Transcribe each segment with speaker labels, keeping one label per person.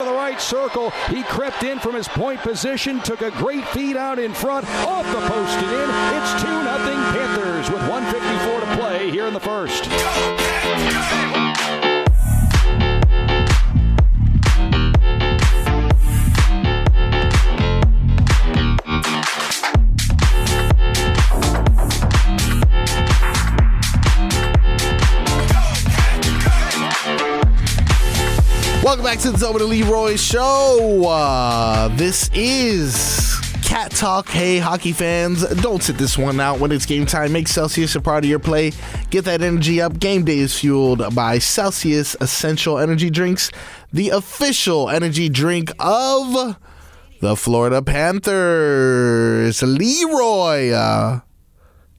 Speaker 1: To the right circle. He crept in from his point position, took a great feed out in front, off the post and in. It's 2 0 Panthers with 154 to play here in the first.
Speaker 2: Welcome back to the Zelda Leroy Show. Uh, this is Cat Talk. Hey, hockey fans, don't sit this one out when it's game time. Make Celsius a part of your play. Get that energy up. Game day is fueled by Celsius Essential Energy Drinks, the official energy drink of the Florida Panthers. Leroy, uh,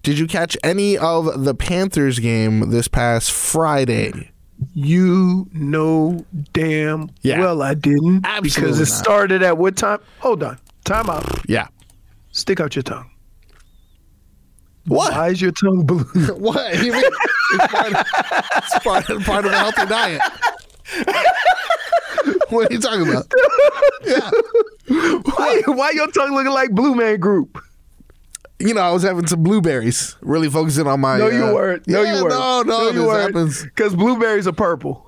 Speaker 2: did you catch any of the Panthers game this past Friday?
Speaker 3: You know damn
Speaker 2: Yeah.
Speaker 3: well I didn't.
Speaker 2: Absolutely
Speaker 3: because it
Speaker 2: not.
Speaker 3: started at what time? Hold on. Time out.
Speaker 2: Yeah.
Speaker 3: Stick out your tongue.
Speaker 2: What?
Speaker 3: Why is your tongue blue?
Speaker 2: What? You mean- it's part, it's part, part of a healthy diet. what are you talking about?
Speaker 3: Why, why your tongue looking like Blue Man Group?
Speaker 2: You know, I was having some blueberries, really focusing on my.
Speaker 3: No,
Speaker 2: uh,
Speaker 3: you weren't. No,
Speaker 2: yeah,
Speaker 3: you weren't.
Speaker 2: No, no,
Speaker 3: you
Speaker 2: this happens.
Speaker 3: Because blueberries are purple.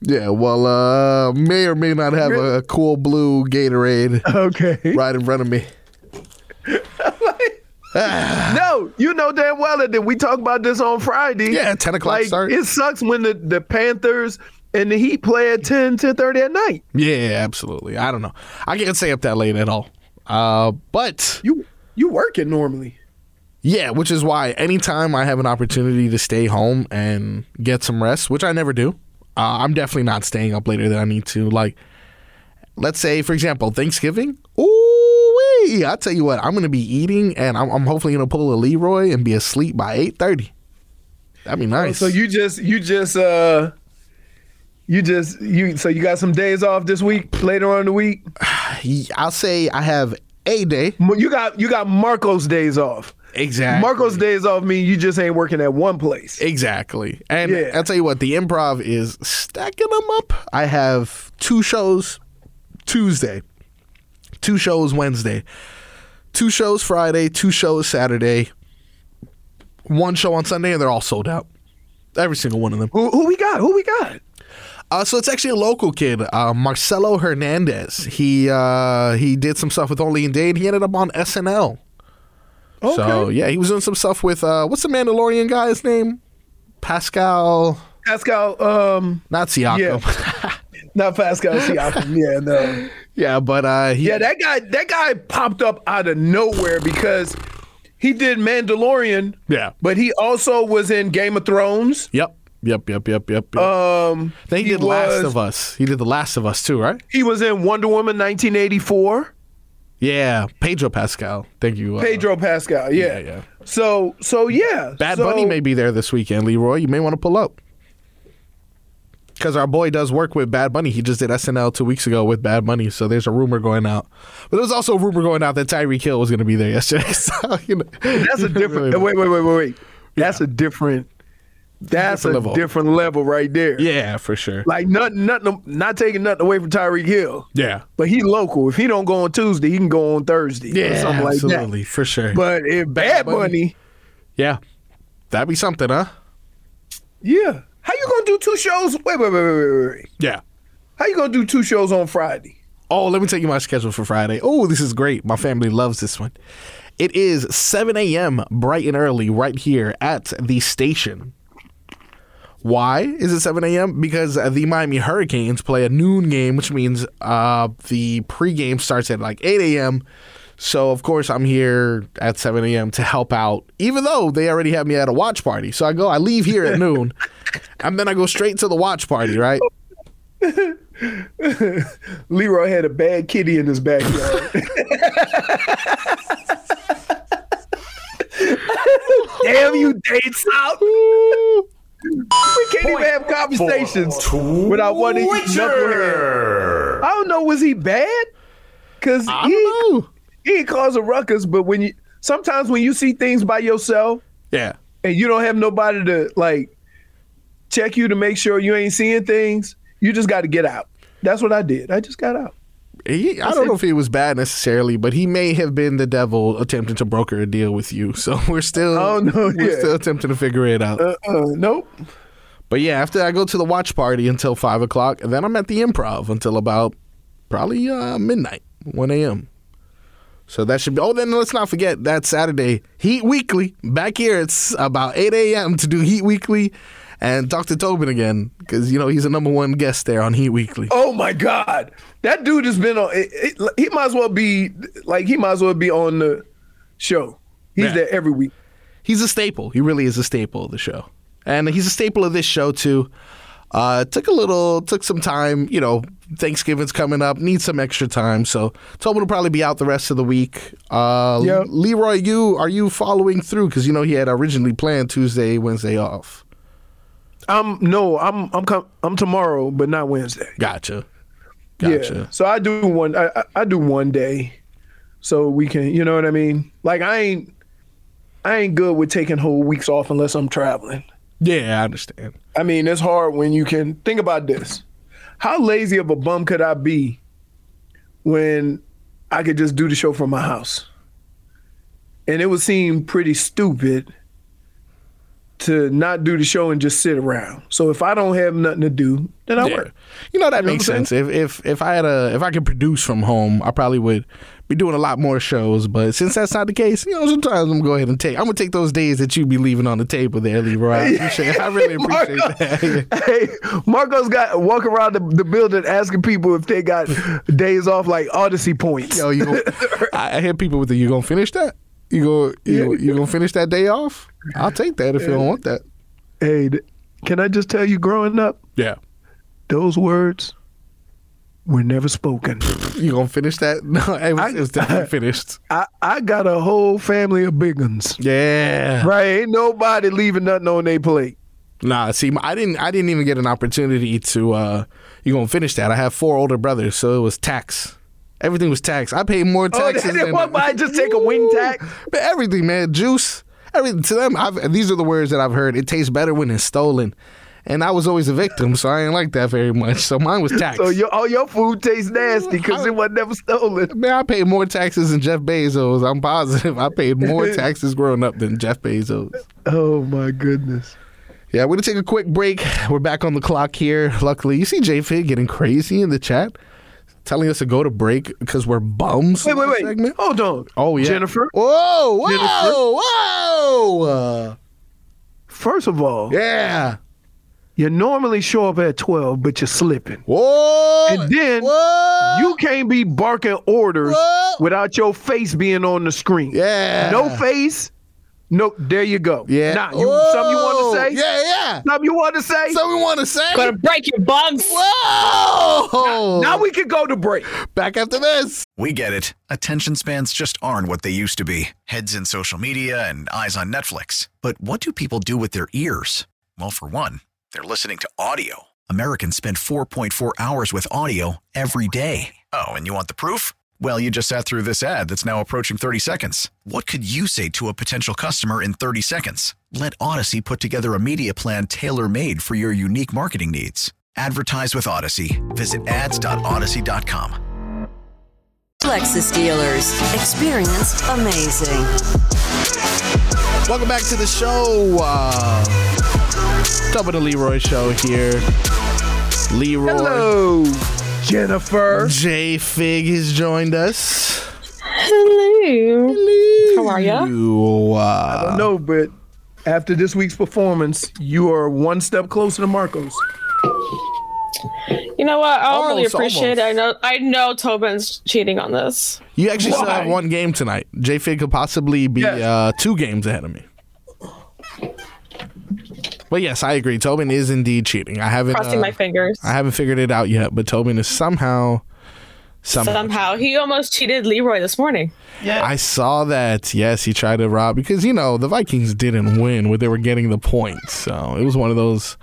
Speaker 2: Yeah, well, uh, may or may not have a, cool blue Gatorade
Speaker 3: Okay.
Speaker 2: right in front of me.
Speaker 3: No, you know damn well that we talked about this on Friday.
Speaker 2: Yeah, 10 o'clock
Speaker 3: Like,
Speaker 2: start.
Speaker 3: It sucks when the, the Panthers and the Heat play at 10, 10 at night.
Speaker 2: Yeah, absolutely. I don't know. I can't stay up that late at all. Uh, but
Speaker 3: You you work it normally.
Speaker 2: Yeah, which is why anytime I have an opportunity to stay home and get some rest, which I never do, uh, I'm definitely not staying up later than I need to. Like, let's say, for example, Thanksgiving. Ooh, wee! I tell you what, I'm going to be eating, and I'm, I'm hopefully going to pull a Leroy and be asleep by eight thirty. That'd be nice.
Speaker 3: Oh, So you just you just uh you just you so you got some days off this week later on in the week.
Speaker 2: I'll say I have a day.
Speaker 3: M- You got you got Marco's days off.
Speaker 2: Exactly.
Speaker 3: Marco's days off mean you just ain't working at one place.
Speaker 2: Exactly. And
Speaker 3: Yeah.
Speaker 2: I'll tell you what, the improv is stacking them up. I have two shows Tuesday, two shows Wednesday, two shows Friday, two shows Saturday, one show on Sunday, and they're all sold out. Every single one of them.
Speaker 3: Who, who we got? Who we got?
Speaker 2: Uh, so it's actually a local kid, uh, Marcelo Hernandez. He uh, he did some stuff with Only and Dade. He ended up on SNL.
Speaker 3: Okay.
Speaker 2: So yeah, he was doing some stuff with uh, what's the Mandalorian guy's name? Pascal.
Speaker 3: Pascal, um
Speaker 2: Not Siakam. Yeah,
Speaker 3: not Pascal Siakam. yeah, no.
Speaker 2: but uh, he,
Speaker 3: Yeah, that guy that guy popped up out of nowhere because he did Mandalorian,
Speaker 2: yeah,
Speaker 3: but he also was in Game of Thrones.
Speaker 2: yep, yep, yep, yep, yep. yep.
Speaker 3: Um
Speaker 2: then he,
Speaker 3: he
Speaker 2: did Last
Speaker 3: was-
Speaker 2: of Us. He did the Last of Us too, right?
Speaker 3: He was in Wonder Woman
Speaker 2: Uh-huh.
Speaker 3: 1984.
Speaker 2: Yeah, Pedro Pascal. Thank you, uh,
Speaker 3: Pedro Pascal, yeah.
Speaker 2: Yeah, yeah.
Speaker 3: So, so yeah.
Speaker 2: Bad
Speaker 3: so,
Speaker 2: Bunny may be there this weekend, Leroy. You may want to pull up because our boy does work with Bad Bunny. He just did SNL two weeks ago with Bad Bunny, so there's a rumor going out. But there was also a rumor going out that Tyree Kill was going to be there yesterday. So you know,
Speaker 3: That's a different. wait, wait, wait, wait, wait. That's a different. That's
Speaker 2: Different
Speaker 3: a
Speaker 2: level.
Speaker 3: different level right there.
Speaker 2: yeah, for sure.
Speaker 3: Like nothing, nothing. Not taking nothing away from Tyreek Hill,
Speaker 2: Yeah,
Speaker 3: but he local. If he don't go on Tuesday, he can go on Thursday. or
Speaker 2: yeah,
Speaker 3: something like
Speaker 2: absolutely, for sure.
Speaker 3: that. But if Bad
Speaker 2: Bunny.
Speaker 3: Bunny,
Speaker 2: yeah, that'd be something, huh?
Speaker 3: yeah. How you gonna do two shows? Wait, wait, wait, wait, wait, wait.
Speaker 2: Yeah.
Speaker 3: How you gonna do two shows on Friday?
Speaker 2: Oh, let me tell you my schedule for Friday. Oh, this is great. My family loves this one. It is 7 a.m. bright and early right here at the station. Why is it 7 a.m.? Because uh, the Miami Hurricanes play a noon game, which means uh, the pregame starts at like 8 a.m. So, of course, I'm here at 7 a.m. to help out, even though they already have me at a watch party. So I go, I leave here at noon, and then I go straight to the watch party, right?
Speaker 3: Leroy had a bad kitty in his backyard. Damn you, dates out. we can't even have conversations without one of you knuckleheads. I don't know. Was he bad? Because
Speaker 2: I
Speaker 3: he
Speaker 2: don't know.
Speaker 3: he caused a ruckus. But when you sometimes when you see things by yourself
Speaker 2: Yeah.
Speaker 3: and you don't have nobody to like check you to make sure you ain't seeing things, you just got to get out. That's what I did. I just got out.
Speaker 2: He, I don't know if he was bad necessarily, but he may have been the devil attempting to broker a deal with you. So we're still,
Speaker 3: Oh, no,
Speaker 2: we're
Speaker 3: yeah.
Speaker 2: still attempting to figure it out.
Speaker 3: Uh, nope.
Speaker 2: But yeah, after I go to the watch party until five o'clock, and then I'm at the improv until about probably uh, midnight, one a.m. So that should be. Oh, then let's not forget that Saturday Heat Weekly back here. It's about eight a.m. to do Heat Weekly, and Dr. Tobin again because you know he's a number one guest there on Heat Weekly.
Speaker 3: Oh my God, that dude has been on. It, it, he might as well be like he might as well be on the show. He's
Speaker 2: Yeah.
Speaker 3: there every week.
Speaker 2: he's a staple. He really is a staple of the show, and he's a staple of this show too. Uh, it took a little, took some time. You know, Thanksgiving's coming up, needs some extra time. So Tobin will probably be out the rest of the week. Uh,
Speaker 3: Yeah.
Speaker 2: Leroy, you are you following through? Because you know he had originally planned Tuesday, Wednesday off.
Speaker 3: I'm no, I'm I'm com- I'm tomorrow, but not Wednesday.
Speaker 2: Gotcha. Gotcha.
Speaker 3: Yeah. So I do one. I, I- I do one day, so we can. You know what I mean? Like I ain't I ain't good with taking whole weeks off unless I'm traveling.
Speaker 2: Yeah, I understand.
Speaker 3: I mean, it's hard when you can think about this. How lazy of a bum could I be when I could just do the show from my house? And it would seem pretty stupid to not do the show and just sit around. So if I don't have nothing to do, then I
Speaker 2: Yeah.
Speaker 3: work.
Speaker 2: You know that
Speaker 3: know
Speaker 2: makes
Speaker 3: what I'm
Speaker 2: sense. If if if I had a if I could produce from home, I probably would be doing a lot more shows. But since that's not the case, you know, sometimes I'm gonna go ahead and take. I'm gonna take those days that you be leaving on the table there, Leroy. I appreciate. I really appreciate that.
Speaker 3: Hey, Marco's got walk around the, the building asking people if they got days off like Odyssey points.
Speaker 2: Yo, you. Gonna, I, I hear people with the you gonna finish that. You go. You, you gonna finish that day off? I'll take that if you don't want that.
Speaker 3: Hey, th- can I just tell you growing up,
Speaker 2: Yeah.
Speaker 3: those words were never spoken.
Speaker 2: You gonna finish that? No, it was, it was definitely finished.
Speaker 3: I, I got a whole family of big ones.
Speaker 2: Yeah.
Speaker 3: Right? Ain't nobody leaving nothing on their plate.
Speaker 2: Nah, see, my- I didn't. I didn't even get an opportunity to. uh You gonna finish that? I have four older brothers, so it was tax. Everything was tax. I paid
Speaker 3: Oh,
Speaker 2: more taxes.
Speaker 3: they-
Speaker 2: than-
Speaker 3: what, why just take a wing tax?
Speaker 2: But everything, man, juice. Everything to them. I've, these are the words that I've heard. It tastes better when it's stolen, and I was always a victim, so I ain't like that very much. So mine was tax.
Speaker 3: So your, all your food tastes nasty because it was never stolen.
Speaker 2: Man, I paid more taxes than Jeff Bezos. I'm positive. I paid more taxes growing up than Jeff Bezos.
Speaker 3: Oh my goodness.
Speaker 2: Yeah, we're gonna take a quick break. We're back on the clock here. Luckily, you see J Fig getting crazy in the chat, telling us to go to break because we're bums.
Speaker 3: Wait,
Speaker 2: in this
Speaker 3: wait, wait.
Speaker 2: segment.
Speaker 3: Hold on.
Speaker 2: Oh yeah,
Speaker 3: Jennifer,
Speaker 2: Whoa, whoa,
Speaker 3: Jennifer.
Speaker 2: whoa. Uh,
Speaker 3: first of all,
Speaker 2: yeah.
Speaker 3: you normally show up at 12, but you're slipping.
Speaker 2: Whoa.
Speaker 3: And then
Speaker 2: whoa.
Speaker 3: You can't be barking orders
Speaker 2: What?
Speaker 3: without your face being on the screen.
Speaker 2: Yeah.
Speaker 3: No face. Nope. There you go.
Speaker 2: Yeah.
Speaker 3: Nah, you, something you want to
Speaker 2: Whoa.
Speaker 3: say?
Speaker 2: Yeah, yeah.
Speaker 3: Something you want to say?
Speaker 2: Something we want to say?
Speaker 4: Gonna break your bums.
Speaker 2: Whoa.
Speaker 3: now we can go to break.
Speaker 2: back after this.
Speaker 5: We get it. Attention spans just aren't what they used to be heads in social media and eyes on Netflix. But what do people do with their ears? Well, for one, they're listening to audio. Americans spend 4.4 hours with audio every day. Oh, and you want the proof? Well, you just sat through this ad that's now approaching 30 seconds. What could you say to a potential customer in 30 seconds? Let Odyssey put together a media plan tailor made for your unique marketing needs. Advertise with Odyssey. Visit ads.odyssey.com.
Speaker 6: Lexus dealers. Experienced amazing.
Speaker 2: Welcome back to the show. Uh, top of the Leroy show here. Leroy
Speaker 3: Hello, Jennifer.
Speaker 2: J Fig has joined us.
Speaker 4: Hello. How are ya?
Speaker 2: you? Uh,
Speaker 3: no, but after this week's performance, you are one step closer to Marcos.
Speaker 4: You know what? I don't really
Speaker 2: Almost,
Speaker 4: appreciate it. I know. I know Tobin's cheating on this.
Speaker 2: you actually still have
Speaker 3: Why?
Speaker 2: one game tonight. J Fig could possibly be
Speaker 3: Yes.
Speaker 2: uh, two games ahead of me. But yes, I agree. Tobin is indeed cheating. I haven't
Speaker 4: Crossing
Speaker 2: uh,
Speaker 4: my fingers.
Speaker 2: I haven't figured it out yet, but Tobin is somehow somehow.
Speaker 4: Somehow he almost cheated Leroy this morning.
Speaker 2: I saw that. Yes, he tried to rob because you know the Vikings didn't win, where they were getting the points. So it was one of those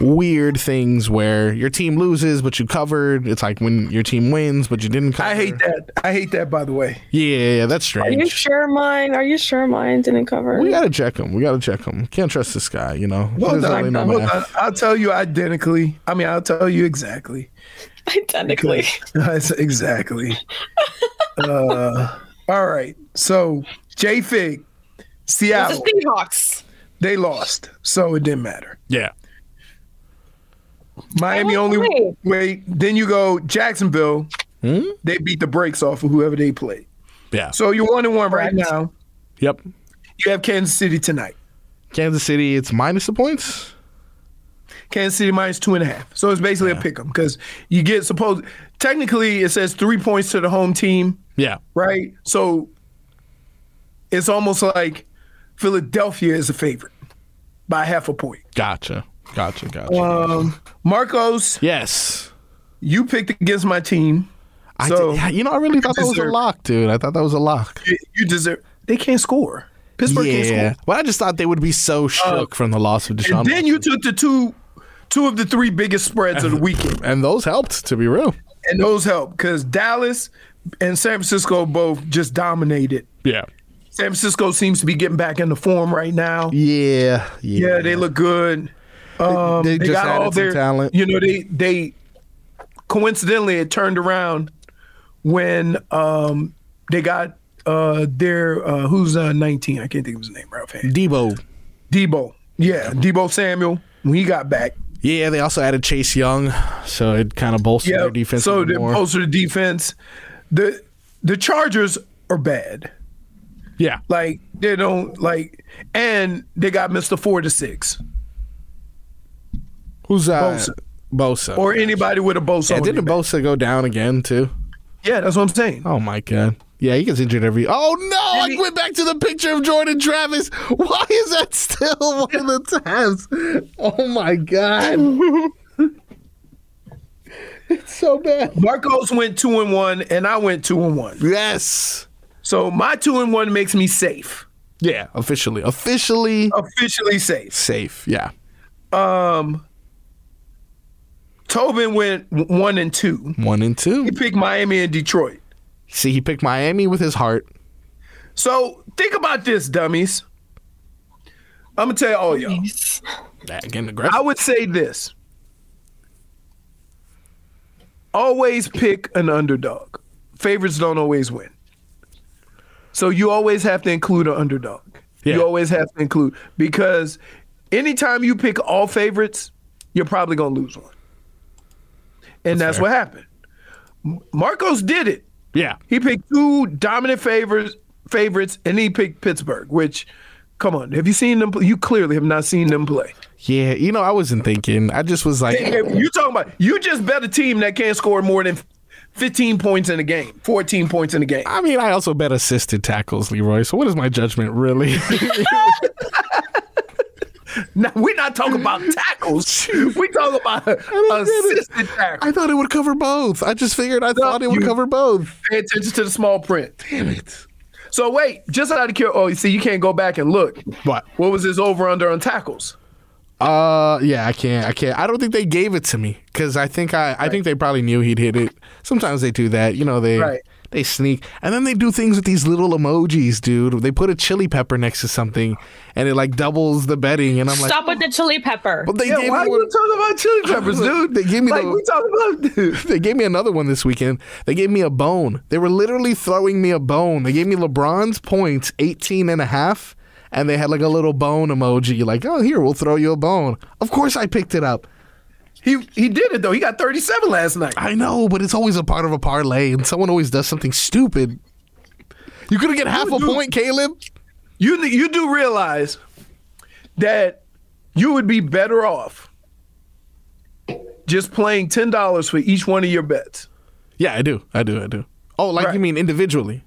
Speaker 2: weird things where your team loses, but you covered. It's like when your team wins, but you didn't. Cover.
Speaker 3: I hate that. I hate that. By the way,
Speaker 2: Yeah, yeah, yeah, that's
Speaker 4: Are you
Speaker 2: strange.
Speaker 4: sure mine? Are you sure mine didn't cover?
Speaker 2: We gotta check him. We gotta check him. Can't trust this guy. You know.
Speaker 3: well
Speaker 2: There's
Speaker 3: done.
Speaker 2: really no
Speaker 3: Well
Speaker 2: math.
Speaker 3: done. I'll tell you identically. I mean, I'll tell you exactly.
Speaker 4: Identically.
Speaker 3: That's exactly. Uh, all right. So J Fig,
Speaker 4: It's
Speaker 3: Seattle,
Speaker 4: the Seahawks.
Speaker 3: they lost, so it didn't matter.
Speaker 2: Yeah.
Speaker 3: Miami
Speaker 4: Oh,
Speaker 3: only
Speaker 4: wait.
Speaker 3: wait. Then you go Jacksonville. They beat the brakes off of whoever they played.
Speaker 2: Hmm? Yeah.
Speaker 3: So you're one and one right
Speaker 4: Correct.
Speaker 3: now.
Speaker 2: Yep.
Speaker 3: You have Kansas City tonight.
Speaker 2: Kansas City. It's minus the points.
Speaker 3: Kansas City minus two and a half. So it's basically a pick 'em because you get supposed technically it says three points to the home team,
Speaker 2: Yeah.
Speaker 3: right? So it's almost like Philadelphia is a favorite by half a point.
Speaker 2: Gotcha. Gotcha. Gotcha.
Speaker 3: Um, Marcos,
Speaker 2: yes.
Speaker 3: you picked against my team.
Speaker 2: I
Speaker 3: so-
Speaker 2: did- yeah, you know, I really thought that was a
Speaker 3: Deserve-
Speaker 2: lock, dude. I thought that was a lock.
Speaker 3: You- You deserve. They can't score. Pittsburgh can't score.
Speaker 2: Yeah, but I just thought they would be so shook from the loss of Deshaun.
Speaker 3: And then you took the two two of the three biggest spreads of the weekend.
Speaker 2: and those helped, to be real.
Speaker 3: And those help because Dallas and San Francisco both just dominated.
Speaker 2: Yeah.
Speaker 3: San Francisco seems to be getting back into form right now.
Speaker 2: Yeah. Yeah.
Speaker 3: Yeah, they look good. Um,
Speaker 2: They
Speaker 3: they,
Speaker 2: just
Speaker 3: got all
Speaker 2: added some
Speaker 3: their
Speaker 2: talent.
Speaker 3: You know, they they coincidentally it turned around when um, they got uh, their uh, who's uh, 19. I can't think of his name right offhand.
Speaker 2: Debo.
Speaker 3: Debo. Yeah, Debo Samuel when he got back.
Speaker 2: Yeah, they also added Chase Young, so it kind of bolstered their defense
Speaker 3: So
Speaker 2: so
Speaker 3: they
Speaker 2: more.
Speaker 3: bolster the defense. The the Chargers are bad.
Speaker 2: yeah.
Speaker 3: Like they don't like, and they got Mister Four to Six
Speaker 2: Who's that?
Speaker 3: Bosa.
Speaker 2: Bosa.
Speaker 3: or anybody with a Bosa.
Speaker 2: yeah,
Speaker 3: on their
Speaker 2: didn't
Speaker 3: back.
Speaker 2: Bosa go down again too?
Speaker 3: Yeah, that's what I'm saying.
Speaker 2: Oh my god. Yeah, he gets injured every. Oh no! I
Speaker 3: he-
Speaker 2: went back to the picture of Jordan Travis. Why is that still one of the tabs? Oh my god! it's so bad.
Speaker 3: Marcos went two and one, and I went two and one.
Speaker 2: Yes.
Speaker 3: So my two and one makes me safe,
Speaker 2: Yeah. Officially. Officially
Speaker 3: officially safe.
Speaker 2: safe. Yeah.
Speaker 3: Tobin went w- one and two.
Speaker 2: One and two.
Speaker 3: He picked Miami and Detroit.
Speaker 2: See, he picked Miami with his heart.
Speaker 3: So think about this, dummies. I'm gonna tell all y'all.
Speaker 2: Again,
Speaker 3: I
Speaker 2: aggressive.
Speaker 3: would say this. Always pick an underdog. Favorites don't always win. So you always have to include an underdog.
Speaker 2: Yeah.
Speaker 3: You always have to include because anytime you pick all favorites, you're probably gonna lose one. And that's, what happened. M- Marcos did it.
Speaker 2: yeah.
Speaker 3: He picked two dominant favors favorites and he picked Pittsburgh, which come on, have you seen them play? You clearly have not seen them play.
Speaker 2: Yeah. You know, I wasn't thinking. I just was like,
Speaker 3: If you talking about you just bet a team that can't score more than 15 points in a game, 14 points in a game.
Speaker 2: I mean, I also bet assisted tackles, Leroy. So what is my judgment really?
Speaker 3: Now, we're not talking about tackles. we talking about
Speaker 2: get it.
Speaker 3: assisted tackles.
Speaker 2: I thought it would cover both. I just figured I thought it would
Speaker 3: you-
Speaker 2: cover both.
Speaker 3: Pay attention to the small print. Damn it. So wait, just out of curiosity, oh, you see, you can't go back and look.
Speaker 2: What?
Speaker 3: What was his over under on tackles?
Speaker 2: Uh, yeah, I can't. I can't. I don't think they gave it to me because I think I, I think they probably knew he'd hit it. Sometimes they do that, you know. They
Speaker 3: Right.
Speaker 2: they sneak and then they do things with these little emojis, dude. They put a chili pepper next to something, and it like doubles the betting. And I'm like,
Speaker 4: Stop with the chili pepper.
Speaker 2: But they
Speaker 3: Yeah,
Speaker 2: gave
Speaker 3: why
Speaker 2: me
Speaker 3: are
Speaker 2: one,
Speaker 3: you talking about chili peppers, dude?
Speaker 2: They gave me
Speaker 3: like
Speaker 2: the-
Speaker 3: we talking about dude.
Speaker 2: they gave me another one this weekend. They gave me a bone. They were literally throwing me a bone. They gave me LeBron's points 18 and a half and they had like a little bone emoji like, "Oh, here, we'll throw you a bone." Of course I picked it up.
Speaker 3: He he did it though. He got 37 last night.
Speaker 2: I know, but it's always a part of a parlay and someone always does something stupid. You could get half a point, Caleb.
Speaker 3: You you do realize that you would be better off just playing ten dollars for each one of your bets.
Speaker 2: Yeah, I do. I do. I do. Oh, like
Speaker 3: Right.
Speaker 2: you mean individually?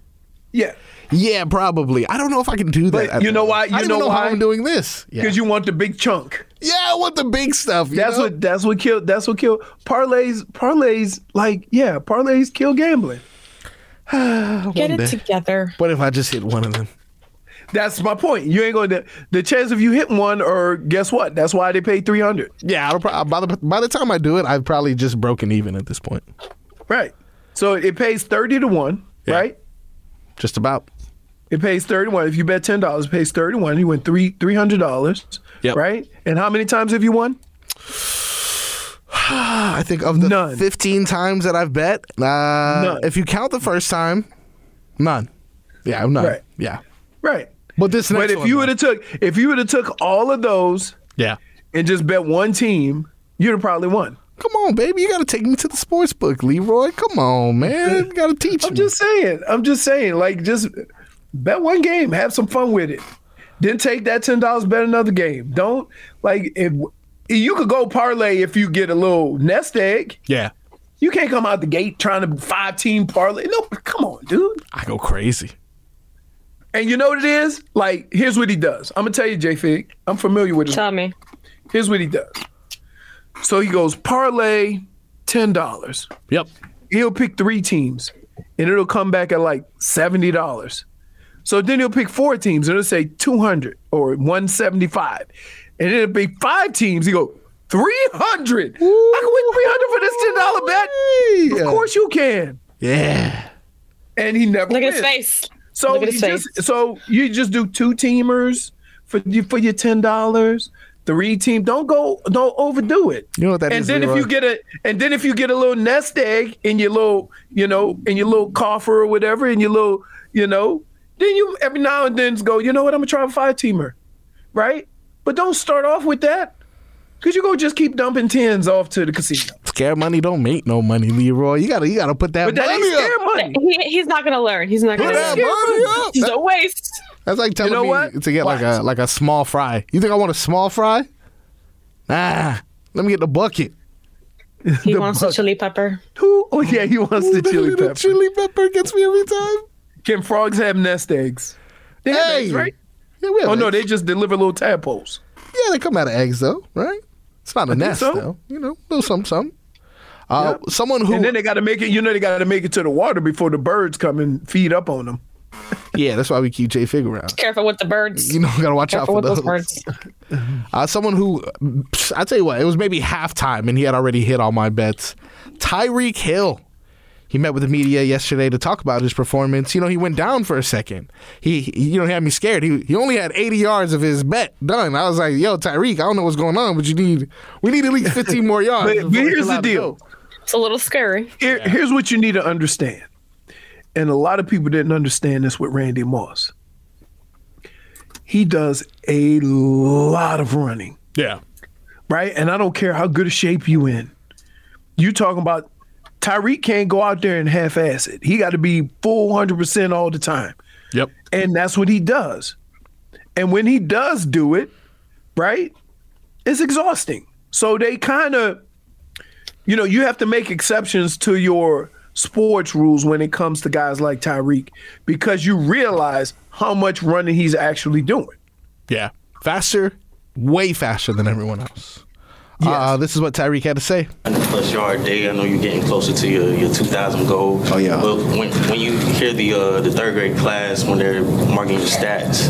Speaker 3: Yeah,
Speaker 2: Yeah, probably. I don't know if I can do
Speaker 3: But
Speaker 2: that. at
Speaker 3: you
Speaker 2: the
Speaker 3: know
Speaker 2: moment.
Speaker 3: why-
Speaker 2: I
Speaker 3: you
Speaker 2: don't even
Speaker 3: know
Speaker 2: know how
Speaker 3: why?
Speaker 2: I'm doing this. Yeah,
Speaker 3: because you want the big chunk.
Speaker 2: yeah, I want the big stuff. you
Speaker 3: That's
Speaker 2: know?
Speaker 3: what that's what killed that's what killed parlays parlays like yeah parlays kill gambling.
Speaker 4: Get
Speaker 2: day.
Speaker 4: it together.
Speaker 2: What if I just hit one of them?
Speaker 3: That's my point. You ain't going to the chance of you hitting one or guess what? That's why they paid three hundred.
Speaker 2: Yeah, I'll probably, by the by the time I do it, I've probably just broken even at this point.
Speaker 3: Right. So it pays thirty to one. Right.
Speaker 2: Just about.
Speaker 3: It pays thirty one. If you bet ten dollars, it pays thirty one. You win three three hundred dollars.
Speaker 2: Yep.
Speaker 3: Right. And how many times have you won?
Speaker 2: Ah, I think of the
Speaker 3: None.
Speaker 2: 15 times that I've bet, uh, if you count the first time, none. Yeah, I'm none.
Speaker 3: Right.
Speaker 2: Yeah.
Speaker 3: Right.
Speaker 2: But this next
Speaker 3: But if
Speaker 2: one,
Speaker 3: you
Speaker 2: though.
Speaker 3: would have took if you would have took all of those
Speaker 2: Yeah.
Speaker 3: and just bet one team, you'd have probably won.
Speaker 2: Come on, baby. You got to take me to the sports book, Leroy. Come on, man. You got to teach
Speaker 3: I'm
Speaker 2: me.
Speaker 3: just saying. I'm just saying. Like, just bet one game, have some fun with it. Then take that ten dollars, bet another game. Don't like if you could go parlay if you get a little nest egg.
Speaker 2: yeah.
Speaker 3: You can't come out the gate trying to five team parlay. No, come on, dude.
Speaker 2: I go crazy.
Speaker 3: And you know what it is? Like, here's what he does. I'm gonna tell you, J Fig. I'm familiar with him.
Speaker 4: Tell me.
Speaker 3: Here's what he does. So he goes parlay ten dollars.
Speaker 2: Yep.
Speaker 3: he'll pick three teams and it'll come back at like seventy dollars. So then he'll pick four teams and it'll say two hundred or one seventy five. And then it'll be five teams. He go, three hundred. I can win three hundred for this ten dollar bet. Of course you can.
Speaker 2: Yeah.
Speaker 3: And he never
Speaker 4: Look at
Speaker 3: wins.
Speaker 4: his face.
Speaker 3: So
Speaker 4: Look at his
Speaker 3: you just so you just do two teamers for you for your ten dollars. Three team. Don't go. Don't overdo it.
Speaker 2: You know what that
Speaker 3: that is.
Speaker 2: is,
Speaker 3: and then
Speaker 2: Leroy?
Speaker 3: if you get a and then if you get a little nest egg in your little you know in your little coffer or whatever in your little you know then you every now and then go you know what I'm gonna try a five teamer, right? But don't start off with that. Cause you go just keep dumping tens off to the casino.
Speaker 2: Scare money don't make no money, Leroy. You gotta, you gotta put that,
Speaker 3: But that
Speaker 2: money
Speaker 3: ain't scare
Speaker 2: up.
Speaker 3: money.
Speaker 4: He, he's not gonna learn. He's not
Speaker 2: Put
Speaker 4: gonna
Speaker 2: that
Speaker 4: learn.
Speaker 2: money up.
Speaker 4: It's a waste.
Speaker 2: That's like telling
Speaker 3: know
Speaker 2: me
Speaker 3: what?
Speaker 2: to get like a
Speaker 3: Watch.
Speaker 2: like a small fry. You think I want a small fry? Nah. Let me get the bucket.
Speaker 4: He wants a chili pepper.
Speaker 3: Who? Oh yeah, he wants the
Speaker 2: That
Speaker 3: chili
Speaker 2: little
Speaker 3: pepper.
Speaker 2: chili pepper gets me every time.
Speaker 3: Can frogs have nest eggs? They have
Speaker 2: Hey.
Speaker 3: eggs, right?
Speaker 2: Yeah, we have
Speaker 3: Oh no,
Speaker 2: eggs.
Speaker 3: they just deliver little tadpoles.
Speaker 2: yeah, they come out of eggs though, right? It's not a nest
Speaker 3: so.
Speaker 2: though. You know, little something, something. Uh, Someone who
Speaker 3: And then they got to make it. You know, they got to make it to the water before the birds come and feed up on them.
Speaker 2: yeah, that's why we keep Jay Fig around.
Speaker 4: Careful with the birds.
Speaker 2: You know, gotta watch out for
Speaker 4: Careful with
Speaker 2: those.
Speaker 4: those birds.
Speaker 2: Uh, someone who, psh, I tell you what, it was maybe halftime and he had already hit all my bets. Tyreek Hill. He met with the media yesterday to talk about his performance. You know, he went down for a second. He, he- you know, he had me scared. He, he only had 80 yards of his bet done. I was like, yo, Tyreek, I don't know what's going on, but you need, we need at least 15 more yards.
Speaker 3: But, but
Speaker 2: before we
Speaker 3: here's the
Speaker 2: allow to
Speaker 3: deal.
Speaker 2: go.
Speaker 4: It's a little scary.
Speaker 3: Here, Here's what you need to understand. And a lot of people didn't understand this with Randy Moss. He does a lot of running,
Speaker 2: Yeah.
Speaker 3: right? And I don't care how good a shape you in. You talking about Tyreek can't go out there and half-ass it. He got to be full hundred percent all the time.
Speaker 2: Yep.
Speaker 3: And that's what he does. And when he does do it, right, it's exhausting. So they kind of, you know, you have to make exceptions to your sports rules when it comes to guys like Tyreek because you realize how much running he's actually doing.
Speaker 2: Yeah. Faster, way faster than everyone else. Uh, this is what Tyreek had to say.
Speaker 7: plus yard day. I know you're getting closer to your, your 2,000 goal.
Speaker 8: Oh, yeah.
Speaker 7: But when, when you hear the uh, the third grade class when they're marking your stats,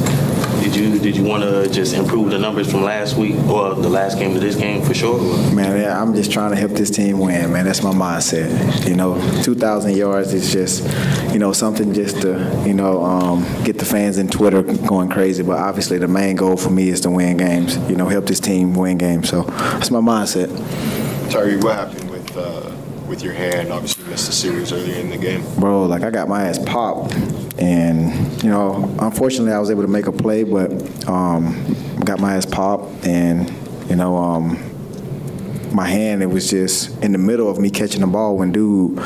Speaker 7: did you did you want to just improve the numbers from last week or the last game to this game for sure?
Speaker 8: Man, yeah, I'm just trying to help this team win, man. That's my mindset. You know, 2,000 yards is just, you know, something just to, you know, um, get the fans in Twitter going crazy. But obviously, the main goal for me is to win games. You know, help this team win games. So that's my mindset.
Speaker 9: Tyree, what happened with uh, with your hand? Obviously, you missed a series earlier in the game.
Speaker 8: bro, like I got my ass popped, and you know, unfortunately, I was able to make a play, but um, got my ass popped, and you know, um, my hand it was just in the middle of me catching the ball when dude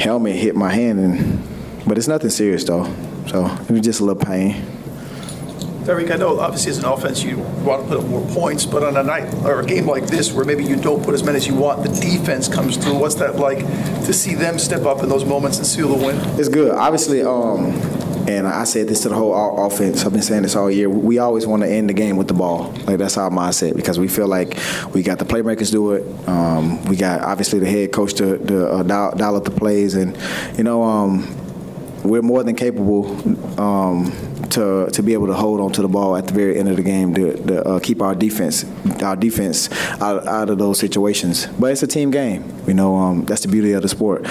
Speaker 8: helmet hit my hand, and but it's nothing serious though, so it was just a little pain.
Speaker 10: Derek, I know obviously as an offense you want to put up more points, but on a night or a game like this where maybe you don't put as many as you want, the defense comes through. What's that like to see them step up in those moments and seal the win?
Speaker 8: It's good. Obviously, um, And I said this to the whole o- offense. I've been saying this all year. We always want to end the game with the ball. Like that's our mindset because we feel like we got the playmakers do it. Um, we got obviously the head coach to, to uh, dial, dial up the plays, and you know um, we're more than capable um, to to be able to hold on to the ball at the very end of the game to, to uh, keep our defense our defense out, out of those situations. But it's a team game, you know. Um, that's the beauty of the sport.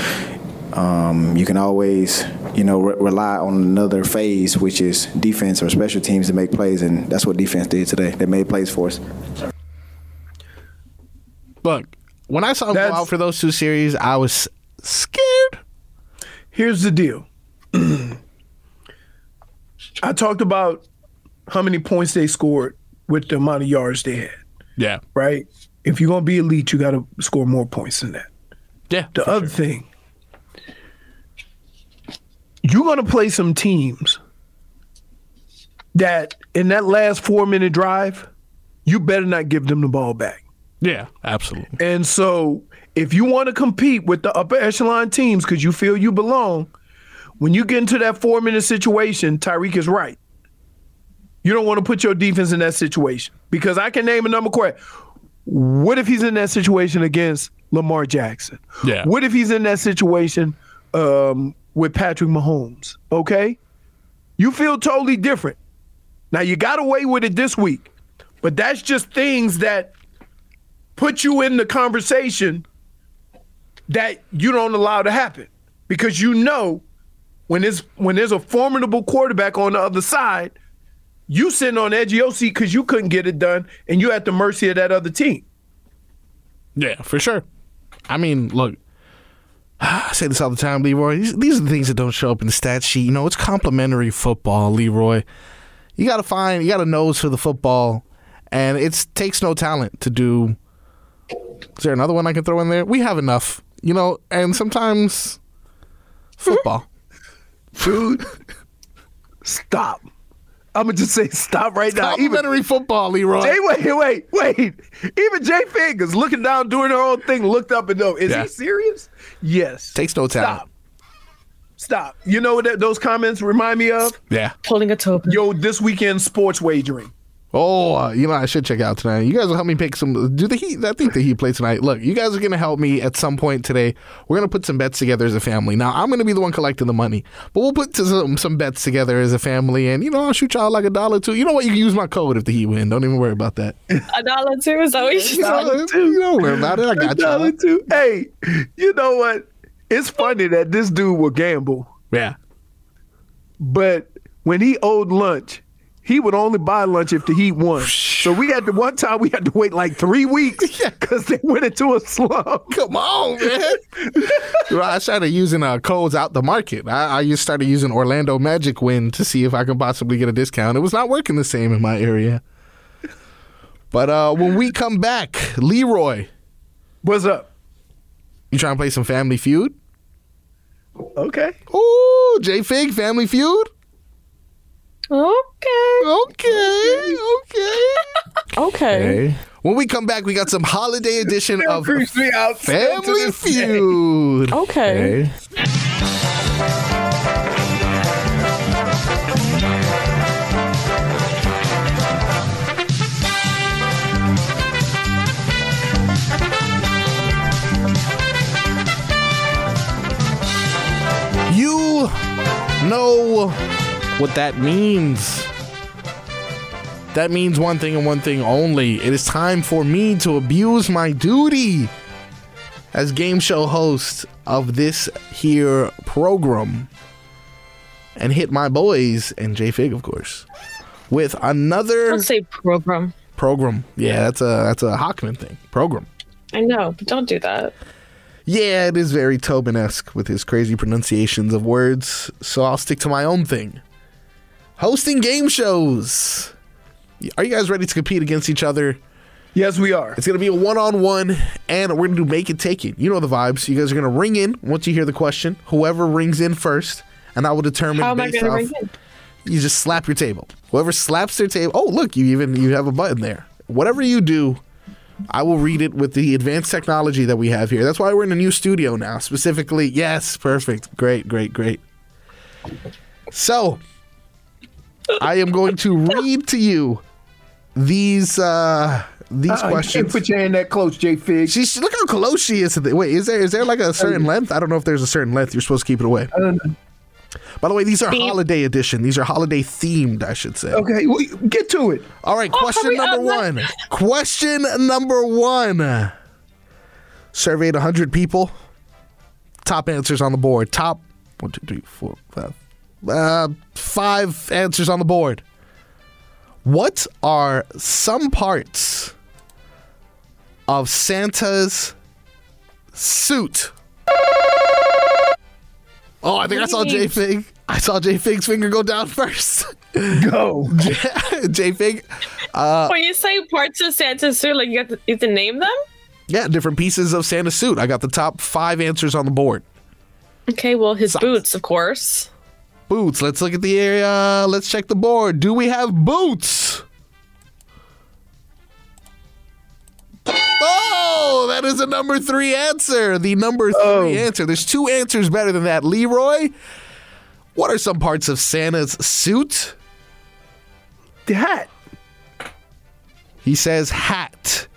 Speaker 8: Um, you can always, you know, re- rely on another phase, which is defense or special teams to make plays, and that's what defense did today. They made plays for us.
Speaker 2: Look, when I saw him go out for those two series, I was scared.
Speaker 3: Here's the deal. I talked about how many points they scored with the amount of yards they had,
Speaker 11: Yeah.
Speaker 3: right? If you're gonna be elite, you gotta score more points than that.
Speaker 11: Yeah.
Speaker 3: The other thing, you're gonna play some teams that in that last four minute drive, you better not give them the ball back.
Speaker 11: Yeah. Absolutely.
Speaker 3: And so, if you want to compete with the upper echelon teams because you feel you belong, when you get into that four minute situation, Tyreek is right. You don't want to put your defense in that situation because I can name a number quick. What if he's in that situation against Lamar Jackson?
Speaker 11: Yeah.
Speaker 3: What if he's in that situation um, with Patrick Mahomes? Okay. You feel totally different. Now, you got away with it this week, but that's just things that put you in the conversation that you don't allow to happen because you know when there's when there's a formidable quarterback on the other side, you sitting on the edge of your seat because you couldn't get it done, and you're at the mercy of that other team.
Speaker 11: Yeah, for sure.
Speaker 2: I mean, look, I say this all the time, Leroy. These, these are the things that don't show up in the stat sheet. You know, it's complimentary football, Leroy. You got to find, you got a nose for the football, and it takes no talent to do. Is there another one I can throw in there? We have enough, you know, and sometimes football.
Speaker 3: Dude, stop. I'm gonna just say stop right now.
Speaker 2: Complimentary football, Leroy.
Speaker 3: Jay, wait, wait, wait. Even Jay Fingers looking down, doing her own thing, looked up and know, is
Speaker 2: Yeah.
Speaker 3: he serious? Yes.
Speaker 2: Takes no talent.
Speaker 3: Stop. Stop. You know what that, those comments remind me of?
Speaker 2: Yeah.
Speaker 4: Holding a toe.
Speaker 3: Yo, this weekend sports wagering.
Speaker 2: Oh, uh, you know, I should check out tonight. You guys will help me pick some. Do the Heat? I think the Heat play tonight. Look, you guys are gonna help me at some point today. We're gonna put some bets together as a family. Now, I'm gonna be the one collecting the money, but we'll put to some some bets together as a family, and you know, I'll shoot y'all like a dollar too. You know what? You can use my code if the Heat win. Don't even worry about that.
Speaker 4: A dollar too? Is that what you
Speaker 2: You
Speaker 4: said?
Speaker 2: know, you don't worry about it. I got
Speaker 3: Dollar
Speaker 2: you.
Speaker 3: two. Hey, you know what? It's funny that this dude will gamble,
Speaker 11: Yeah.
Speaker 3: but when he owed lunch, he would only buy lunch if the Heat won. So we had to one time we had to wait like three weeks because they went into a slump.
Speaker 2: Come on, man. Well, I started using uh, codes out the market. I, I just started using Orlando Magic Win to see if I could possibly get a discount. It was not working the same in my area. But uh, when we come back, Leroy,
Speaker 3: What's up?
Speaker 2: you trying to play some Family Feud?
Speaker 3: Okay.
Speaker 2: Ooh, J Fig, Family Feud.
Speaker 4: Okay.
Speaker 2: Okay, okay.
Speaker 4: Okay.
Speaker 2: When we come back, we got some holiday edition of
Speaker 3: Creeps me out. still to
Speaker 2: Family
Speaker 3: this day.
Speaker 2: Feud.
Speaker 4: Oh, Okay.
Speaker 2: You know what that means. That means one thing and one thing only. It is time for me to abuse my duty as game show host of this here program and hit my boys and J Fig, of course, with another
Speaker 4: Don't say program.
Speaker 2: program. Yeah, that's a that's a Hockman thing. Program.
Speaker 4: I know, but don't do that.
Speaker 2: Yeah, it is very Tobin esque with his crazy pronunciations of words, so I'll stick to my own thing. Hosting game shows. Are you guys ready to compete against each other?
Speaker 3: Yes, we are.
Speaker 2: It's going to be a one on one, and we're going to do make it take it. You know the vibes. You guys are going to ring in once you hear the question. Whoever rings in first, and I will determine
Speaker 4: How am I
Speaker 2: based
Speaker 4: going to
Speaker 2: off.
Speaker 4: ring in?
Speaker 2: You just slap your table. Whoever slaps their table. Oh, look, you even you have a button there. Whatever you do, I will read it with the advanced technology that we have here. That's why we're in a new studio now. Specifically, yes, perfect. Great, great, great. So, I am going to read to you these uh these
Speaker 3: Uh-uh, you
Speaker 2: questions.
Speaker 3: can't put your hand that close, J. Fig.
Speaker 2: She's look how close she is to the. Wait, is there is there like a certain length? I don't know if there's a certain length you're supposed to keep it away. By the way, these are holiday edition. These are holiday themed, I should say.
Speaker 3: Okay, well, get to it.
Speaker 2: All right,
Speaker 3: Oh,
Speaker 2: question
Speaker 3: hurry
Speaker 2: number
Speaker 3: up,
Speaker 2: one. Question number one. Surveyed 100 people. Top answers on the board. Top one, two, three, four, five. Uh, five answers on the board. What are some parts of Santa's suit? Oh, I think I saw J
Speaker 3: Leaves.
Speaker 2: Fig. I saw J Fig's finger go down first.
Speaker 3: Go.
Speaker 2: J Fig. Uh,
Speaker 4: when you say parts of Santa's suit, like you have to, you have to name them.
Speaker 2: yeah, different pieces of Santa's suit. I got the top five answers on the board.
Speaker 4: Okay, well his boots, of course.
Speaker 2: Boots. Let's look at the area. Let's check the board. Do we have boots? Oh, that is a number three answer. The number three answer. There's two answers better than that. Leroy, what are some parts of Santa's suit?
Speaker 3: The hat.
Speaker 2: He says hat.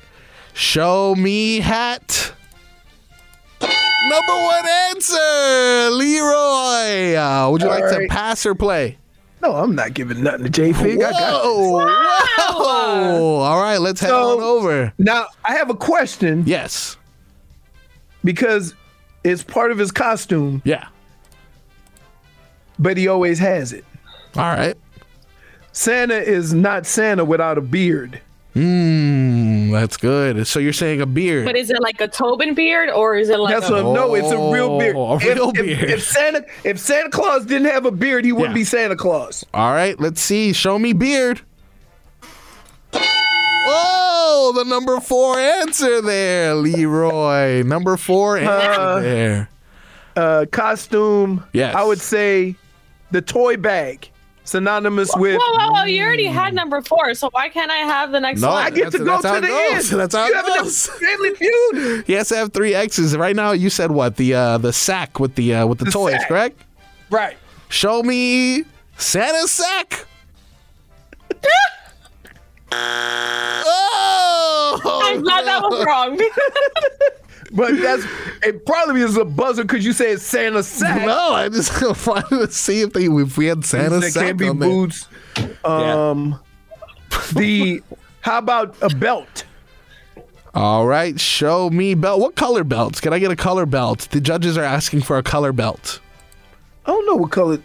Speaker 2: Show me hat. Number one answer, Leroy. Uh, would you like to pass or play?
Speaker 3: No, I'm not giving nothing to J Fig. I got
Speaker 2: Whoa, whoa. All right, let's head
Speaker 3: So-
Speaker 2: on over.
Speaker 3: Now I have a question.
Speaker 2: Yes.
Speaker 3: Because it's part of his costume.
Speaker 11: Yeah.
Speaker 3: But he always has it.
Speaker 2: All right.
Speaker 3: Santa is not Santa without a beard.
Speaker 2: Mmm, that's good. So you're saying a beard.
Speaker 4: But is it like a Tobin beard or is it like
Speaker 3: That's
Speaker 4: a,
Speaker 3: what no, it's a real beard.
Speaker 2: Oh, a real
Speaker 3: if, if-
Speaker 2: beard.
Speaker 3: if Santa if Santa Claus didn't have a beard, he wouldn't be Santa Claus.
Speaker 2: All right, let's see. Show me beard. Oh, the number four answer there, Leroy. Number four answer
Speaker 3: Uh,
Speaker 2: there.
Speaker 3: Uh, costume.
Speaker 2: Yes.
Speaker 3: I would say the toy bag. Synonymous with
Speaker 4: Whoa, whoa, whoa! You already had number four, so why can't I have the next
Speaker 2: Mm. No,
Speaker 4: one?
Speaker 2: I get to That's- go that's to how it the goes. end. That's how it
Speaker 3: you have enough
Speaker 2: goes.
Speaker 3: family feud.
Speaker 2: He has to have three X's. Right now, you said what? The uh, the sack with the uh, with the, toys,
Speaker 3: sack.
Speaker 2: correct?
Speaker 3: Right.
Speaker 2: Show me Santa's sack. oh!
Speaker 4: I thought that was wrong.
Speaker 3: But that's it. Probably is a buzzer because you said Santa sack.
Speaker 2: No, I just wanted to see if they if we had
Speaker 3: There
Speaker 2: Santa's sack
Speaker 3: can't be
Speaker 2: on there.
Speaker 3: boots. Um, the how about a belt?
Speaker 2: All right, show me belt. What color belts? Can I get a color belt? The judges are asking for a color belt.
Speaker 3: I don't know what color.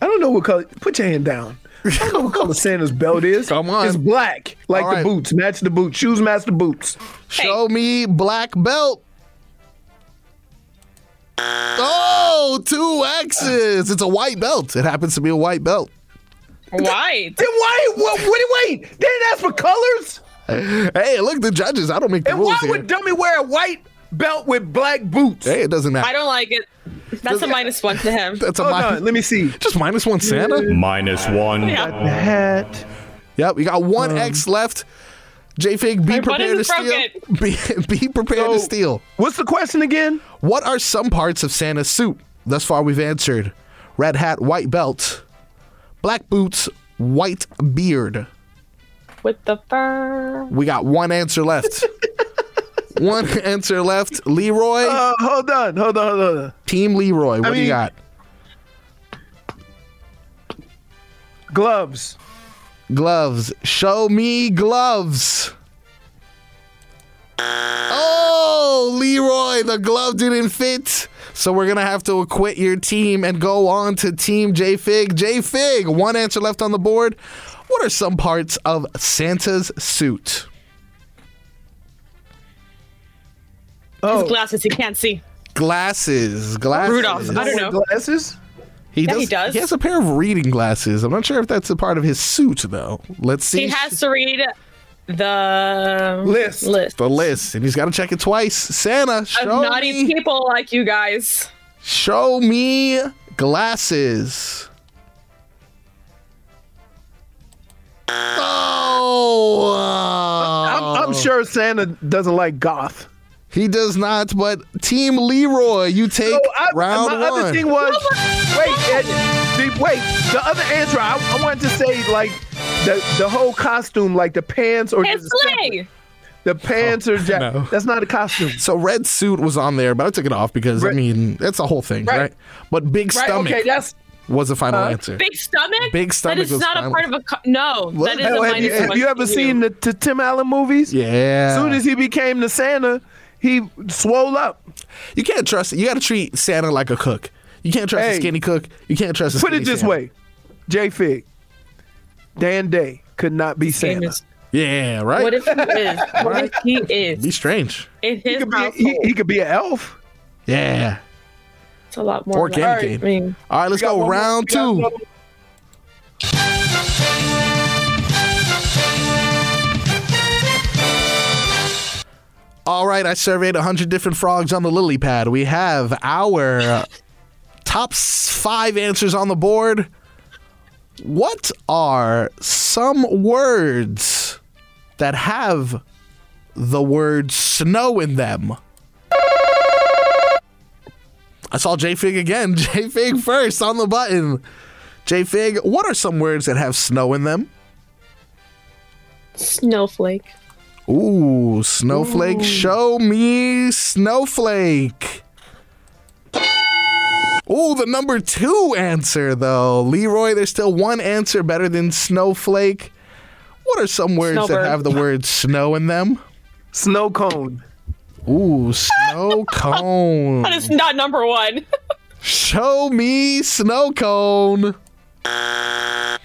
Speaker 3: I don't know what color. Put your hand down. I don't know what color Santa's belt is. Come on, it's black, like
Speaker 2: All right.
Speaker 3: the boots. Match the boots. Shoes match the boots.
Speaker 2: Show me black belt. Oh, two X's. It's a white belt. It happens to be a white belt.
Speaker 4: White.
Speaker 3: Then why? What? Wait, wait. They didn't ask for colors.
Speaker 2: Hey, look, the judges. I don't make the
Speaker 3: And
Speaker 2: rules
Speaker 3: why
Speaker 2: here.
Speaker 3: would Dummy wear a white belt with black boots?
Speaker 2: Hey, it doesn't matter.
Speaker 4: I don't like it. That's a minus one to him.
Speaker 2: That's a
Speaker 3: Hold
Speaker 2: minus.
Speaker 3: on, let me see.
Speaker 2: Just minus one Santa.
Speaker 12: Minus one.
Speaker 4: Yeah.
Speaker 3: Hat.
Speaker 2: Yep, you got one X left. J Fig, be
Speaker 4: My
Speaker 2: prepared
Speaker 4: button
Speaker 2: to
Speaker 4: is
Speaker 2: steal. Be, be prepared to steal.
Speaker 3: What's the question again?
Speaker 2: What are some parts of Santa's suit? Thus far, we've answered red hat, white belt, black boots, white beard.
Speaker 4: With the fur.
Speaker 2: We got one answer left. one answer left. Leroy,
Speaker 3: Uh, hold on, hold on, hold on.
Speaker 2: Team Leroy, what do you
Speaker 3: mean-
Speaker 2: got?
Speaker 3: Gloves.
Speaker 2: Gloves. Show me gloves. Oh, Leroy, the glove didn't fit. So we're going to have to acquit your team and go on to Team J Fig. J Fig, one answer left on the board. What are some parts of Santa's suit? Oh.
Speaker 4: His glasses, he can't see.
Speaker 2: Glasses. Glasses.
Speaker 4: Rudolph, I don't know.
Speaker 3: Glasses?
Speaker 2: He
Speaker 4: Yeah,
Speaker 2: does,
Speaker 4: he does.
Speaker 2: He has a pair of reading glasses. I'm not sure if that's a part of his suit, though. Let's see.
Speaker 4: He has to read the
Speaker 3: List.
Speaker 4: list
Speaker 2: the list, and he's got to check it twice. Santa,
Speaker 4: of
Speaker 2: show
Speaker 4: naughty people like you guys.
Speaker 2: Show me glasses. Oh,
Speaker 4: Uh,
Speaker 2: Oh, uh,
Speaker 3: I'm, I'm sure Santa doesn't like goth.
Speaker 2: He does not, but Team Leroy, you take
Speaker 4: uh,
Speaker 2: round
Speaker 3: my
Speaker 2: one.
Speaker 3: other thing was wait, and the, wait. The other answer I, I wanted to say like the the whole costume, like the pants or just the separate- the pants
Speaker 2: Oh,
Speaker 3: or jack. That's not a costume.
Speaker 2: So red suit was on there, but I took it off because I mean that's a whole thing, right?
Speaker 3: Right.
Speaker 2: But big
Speaker 4: Right,
Speaker 2: stomach
Speaker 4: okay, that's-
Speaker 2: was the final
Speaker 3: Huh?
Speaker 2: answer.
Speaker 4: Big stomach.
Speaker 2: Big stomach
Speaker 4: That is
Speaker 2: was
Speaker 4: not a
Speaker 2: fine.
Speaker 4: part of a. Co- no, that is a
Speaker 3: Hell, have
Speaker 4: minus
Speaker 3: you, have
Speaker 4: one
Speaker 3: you ever
Speaker 4: for
Speaker 3: seen the, the Tim Allen movies?
Speaker 2: Yeah.
Speaker 3: As soon as he became the Santa, he swole up.
Speaker 2: You can't trust. You got to treat Santa like a cook. You can't trust a
Speaker 3: Hey.
Speaker 2: skinny cook. You can't trust. A
Speaker 3: Put it
Speaker 2: skinny
Speaker 3: this
Speaker 2: Santa.
Speaker 3: way, J Fig, Dan Day could not be Santa.
Speaker 2: Yeah. Right.
Speaker 4: What if he is? What if he is?
Speaker 2: Be strange.
Speaker 4: In his
Speaker 3: He could, be,
Speaker 4: household,
Speaker 3: he, he could be an elf.
Speaker 2: Yeah.
Speaker 4: it's a lot more.
Speaker 2: Or
Speaker 4: than-
Speaker 2: candy cane. All right, let's
Speaker 3: We got
Speaker 2: go
Speaker 3: one more-
Speaker 2: round
Speaker 3: we got
Speaker 2: two.
Speaker 3: another-
Speaker 2: All right, I surveyed 100 different frogs on the lily pad. We have our uh, top s- five answers on the board. What are some words that have the word snow in them? I saw J Fig again. J Fig first on the button. J Fig, what are some words that have snow in them?
Speaker 4: Snowflake.
Speaker 2: Ooh, snowflake, show me snowflake. Ooh, the number two answer though. Leroy, there's still one answer better than snowflake. What are some words that
Speaker 3: Snowbird.
Speaker 2: have the word snow in them?
Speaker 3: Snow cone.
Speaker 2: Ooh, snow cone.
Speaker 4: That is not number one.
Speaker 2: Show me snow cone.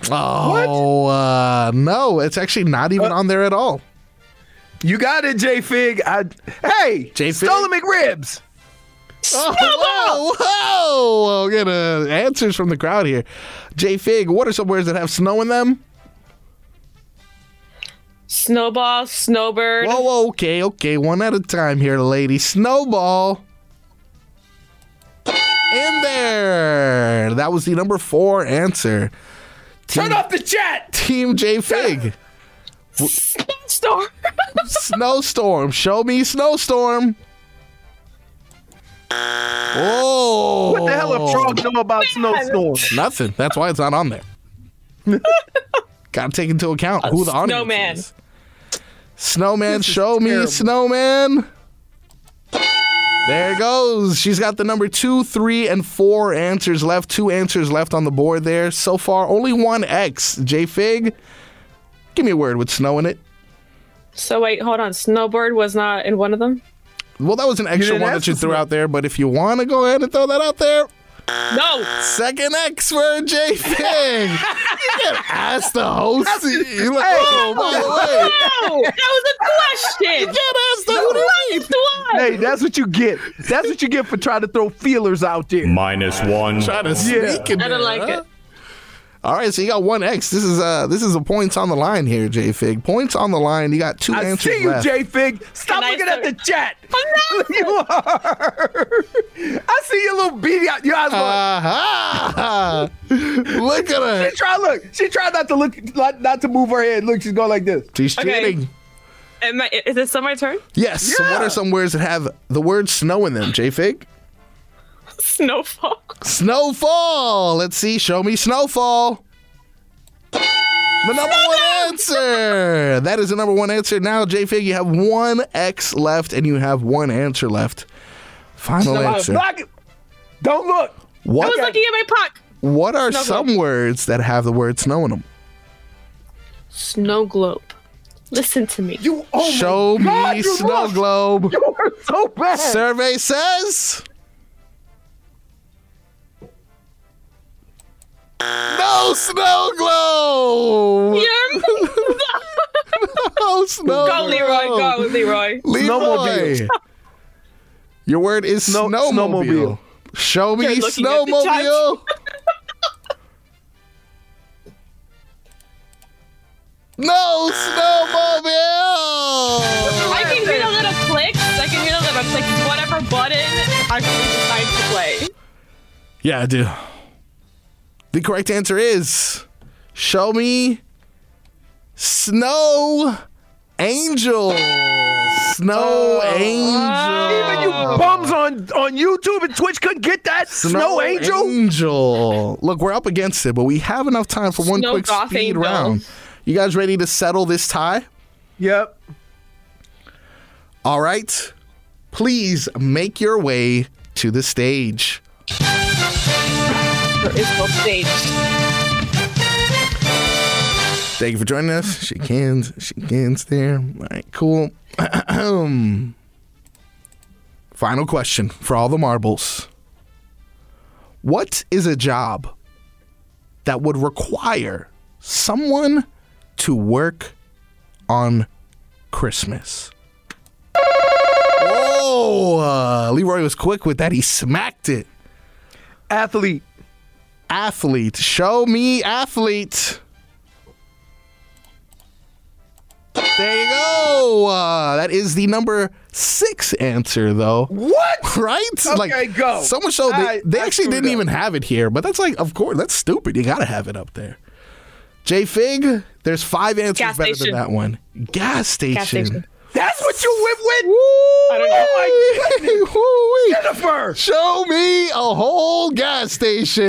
Speaker 2: Oh uh, no, it's actually not even on there at all.
Speaker 3: You got it, J Fig. I hey,
Speaker 2: J Fig?
Speaker 3: stolen McRibs.
Speaker 2: Oh, whoa, whoa. We're gonna answers from the crowd here. J Fig, what are some words that have snow in them?
Speaker 4: Snowball. Snowbird.
Speaker 2: Whoa, whoa, okay, okay, one at a time here, lady. Snowball. In there. That was the number four answer. Team,
Speaker 3: Turn off the chat.
Speaker 2: Team J Fig.
Speaker 4: Snowstorm.
Speaker 2: snowstorm. Show me snowstorm. Oh.
Speaker 3: What the hell if frogs know about snowstorms?
Speaker 2: Nothing. That's why it's not on there. Got to take into account who the audience
Speaker 4: Snowman.
Speaker 2: is. Snowman, show me snowman. There it goes. She's got the number two, three, and four answers left. Two answers left on the board there. So far, only one X. J Fig, give me a word with snow in it.
Speaker 4: So wait, hold on. Snowbird was not in one of them.
Speaker 2: Well, that was an extra
Speaker 4: didn't
Speaker 2: one
Speaker 4: ask
Speaker 2: that you
Speaker 4: for
Speaker 2: threw out there, but if you want to go ahead and throw that out there,
Speaker 4: No.
Speaker 2: second X for J Fig. you can ask the host. You're like,
Speaker 3: Hey.
Speaker 2: oh, by the way.
Speaker 4: No, that was a question.
Speaker 2: ask
Speaker 3: Hey, that's what you get. That's what you get for trying to throw feelers out there.
Speaker 12: Minus one.
Speaker 2: Trying to
Speaker 3: Yeah.
Speaker 2: sneak in
Speaker 4: I
Speaker 2: there,
Speaker 4: don't like
Speaker 2: huh?
Speaker 4: it.
Speaker 2: All right, so you got one X. This is uh this is a points on the line here, J Fig. Points on the line. You got two
Speaker 3: I
Speaker 2: answers
Speaker 3: see you,
Speaker 2: left.
Speaker 3: J Fig. Stop
Speaker 4: Can I
Speaker 3: looking at the
Speaker 4: start-
Speaker 3: chat. you are. I see your little beady out. Your eyes going.
Speaker 2: Uh, Aha! Uh-huh. look at her.
Speaker 3: she try look. She tried not to look, not, not to move her head. Look, she's going like this.
Speaker 2: She's
Speaker 4: Okay.
Speaker 2: cheating.
Speaker 4: Am I, is this on my turn?
Speaker 2: Yes. So what are some words that have the word snow in them, J Fig?
Speaker 4: Snowfall.
Speaker 2: Snowfall. Let's see. Show me snowfall. The number one answer. That is the number one answer. Now, J Fig, you have one X left, and you have one answer left. Final answer.
Speaker 3: Block it. Don't look.
Speaker 4: I was
Speaker 2: What?
Speaker 4: looking at my puck.
Speaker 2: What are
Speaker 4: Snowflake.
Speaker 2: some words that have the word snow in them?
Speaker 4: Snow globe. Listen to me.
Speaker 3: You oh
Speaker 2: Show
Speaker 3: my God,
Speaker 2: me
Speaker 3: you
Speaker 2: snow
Speaker 3: lost.
Speaker 2: globe.
Speaker 3: You are so bad.
Speaker 2: Survey says. No snow globe.
Speaker 4: You're
Speaker 2: No snow
Speaker 4: go, Leroy.
Speaker 2: globe.
Speaker 4: Go, Leroy.
Speaker 2: Leroy.
Speaker 3: Snowmobile.
Speaker 2: Your word is
Speaker 3: Snow-
Speaker 2: snowmobile.
Speaker 3: snowmobile.
Speaker 2: Show me
Speaker 4: You're looking at the
Speaker 2: snowmobile. no snowmobile.
Speaker 4: I can hear the little clicks. I can hear the little clicks. Whatever button actually decides to play.
Speaker 11: Yeah, I do.
Speaker 2: The correct answer is show me snow angel. Snow
Speaker 4: Oh,
Speaker 2: Angel.
Speaker 3: Even you bums on, on YouTube and Twitch couldn't get that Snow, Angel.
Speaker 2: Angel. Look, we're up against it, but we have enough time for one
Speaker 3: Snow
Speaker 2: quick
Speaker 3: Goth
Speaker 2: speed
Speaker 3: Angel.
Speaker 2: round. You guys ready to settle this tie?
Speaker 3: Yep.
Speaker 2: All right. Please make your way to the stage.
Speaker 4: There is no stage.
Speaker 2: Thank you for joining us. She cans, she cans there. All right, cool. Final question for all the marbles. What is a job that would require someone to work on Christmas? Oh, uh, Leroy was quick with that. He smacked it.
Speaker 3: Athlete.
Speaker 2: Athlete. Show me athlete. There you go. Uh, that is the number six answer, though.
Speaker 3: What?
Speaker 2: Right?
Speaker 3: Okay,
Speaker 2: like,
Speaker 3: go.
Speaker 2: So much so they,
Speaker 3: I-
Speaker 2: they
Speaker 3: I
Speaker 2: actually
Speaker 3: screwed
Speaker 2: didn't
Speaker 3: up.
Speaker 2: even have it here, but that's like, of course, that's stupid. You gotta have it up there. J Fig, there's five answers
Speaker 4: Gas
Speaker 2: better
Speaker 4: station.
Speaker 2: than that one. Gas station.
Speaker 4: Gas station.
Speaker 3: That's what you went with.
Speaker 2: I
Speaker 3: don't know.
Speaker 2: Oh my
Speaker 3: Oh goodness. Jennifer,
Speaker 2: show me a whole gas station.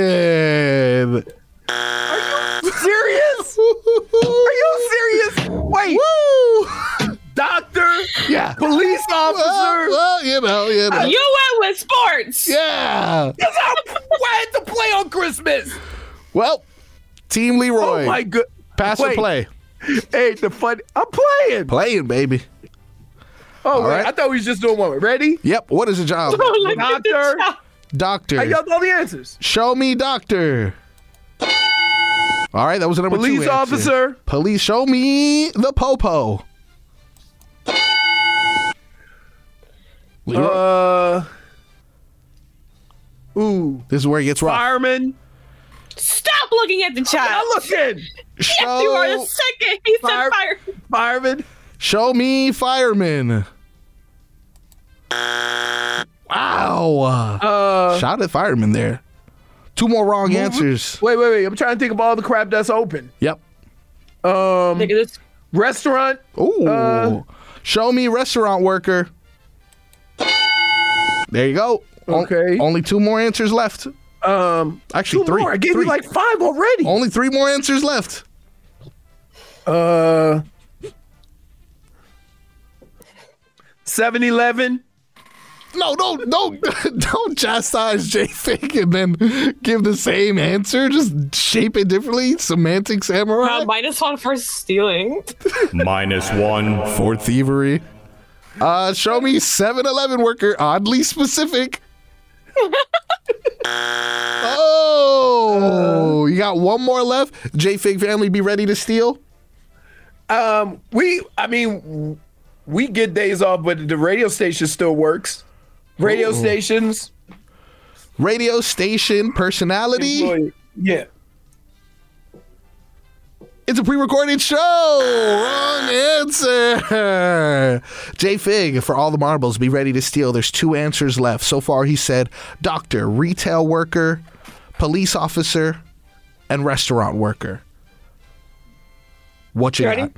Speaker 3: Serious? Are you serious? Wait.
Speaker 2: Woo!
Speaker 3: Doctor.
Speaker 2: Yeah.
Speaker 3: Police officer.
Speaker 2: Well, well, you know, you know.
Speaker 4: You went with sports.
Speaker 2: Yeah.
Speaker 3: That's how I had to play on Christmas.
Speaker 2: Well, Team Leroy.
Speaker 3: Oh my good.
Speaker 2: Pass or
Speaker 3: Wait.
Speaker 2: play?
Speaker 3: Hey, the fun. I'm playing.
Speaker 2: Playing, baby.
Speaker 3: Oh, wait,
Speaker 2: right.
Speaker 3: I thought we was just doing one. Ready?
Speaker 2: Yep. What is the job?
Speaker 3: Doctor.
Speaker 2: Doctor.
Speaker 3: I yelled all the answers.
Speaker 2: Show me doctor. All right, that was the number two.
Speaker 3: Police
Speaker 2: answer.
Speaker 3: officer.
Speaker 2: Police, show me the popo. Leroy,
Speaker 3: Uh. Ooh.
Speaker 2: this is where it gets rough.
Speaker 3: Fireman.
Speaker 4: Stop looking at the
Speaker 3: I'm
Speaker 4: child.
Speaker 3: looking.
Speaker 4: Yes, you are the
Speaker 2: Show,
Speaker 4: second. He
Speaker 3: Fire-
Speaker 4: said fire.
Speaker 3: Fireman.
Speaker 2: show me fireman. Wow.
Speaker 3: Uh.
Speaker 2: Shot at fireman there. Two more wrong answers.
Speaker 3: Wait, wait, wait. I'm trying to think of all the crap that's open.
Speaker 2: Yep.
Speaker 3: Um.
Speaker 4: Look at this.
Speaker 3: Restaurant.
Speaker 2: Ooh.
Speaker 3: Uh,
Speaker 2: Show me restaurant worker. There you go. O-
Speaker 3: Okay.
Speaker 2: only two more answers left.
Speaker 3: Um.
Speaker 2: Actually,
Speaker 3: two
Speaker 2: three.
Speaker 3: More. I gave
Speaker 2: three. Oh.
Speaker 3: you like five already.
Speaker 2: only three more answers left.
Speaker 3: Uh. 7 Eleven.
Speaker 2: No, no, no! Don't chastise J Fig and then give the same answer. Just shape it differently. Semantic samurai
Speaker 4: Uh, minus one for stealing.
Speaker 12: Minus one
Speaker 2: for thievery. Uh, show me 7-Eleven worker. Oddly specific. oh, you got one more left. J Fig family, be ready to steal.
Speaker 3: Um, we, I mean, we get days off, but the radio station still works.
Speaker 2: Oh.
Speaker 3: Radio stations,
Speaker 2: Radio station personality.
Speaker 3: employee- yeah.
Speaker 2: It's a pre-recorded show. Wrong answer. J Fig for all the marbles. Be ready to steal. There's two answers left. So far, he said doctor, retail worker, police officer, and restaurant worker. What you,
Speaker 4: You
Speaker 2: got?
Speaker 4: ready?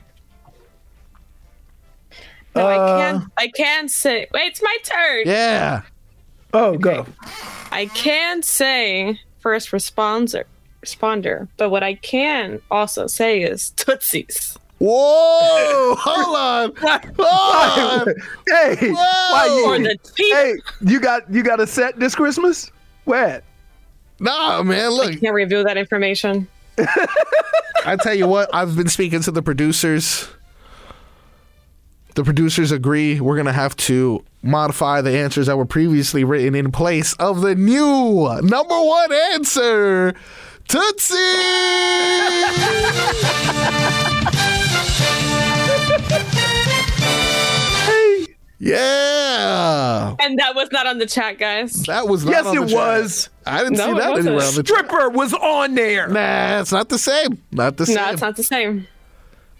Speaker 4: No, I can't. I can't say. Wait, it's my turn.
Speaker 2: Uh, Yeah.
Speaker 3: Oh, go.
Speaker 4: I can say first responder, responder, but what I can also say is Tootsies.
Speaker 2: Whoa! Hold on. Hold on.
Speaker 3: Hey,
Speaker 4: Or
Speaker 3: why you,
Speaker 4: the teeth.
Speaker 3: hey, you got you got a set this Christmas? Where? at?
Speaker 2: Nah, man. Look,
Speaker 4: Can't reveal that information.
Speaker 2: I tell you what, I've been speaking to the producers. The producers agree we're going to have to modify the answers that were previously written in place of the new number one answer Tootsie! yeah!
Speaker 4: And that was not on the chat, guys.
Speaker 2: That was not
Speaker 3: Yes,
Speaker 2: on the
Speaker 3: it
Speaker 2: chat.
Speaker 3: was.
Speaker 2: I didn't
Speaker 4: No,
Speaker 2: see
Speaker 4: it
Speaker 2: that
Speaker 4: wasn't.
Speaker 2: anywhere on the chat.
Speaker 3: Stripper was on there.
Speaker 2: Nah, it's not the same. Not the same.
Speaker 4: No, it's not the same.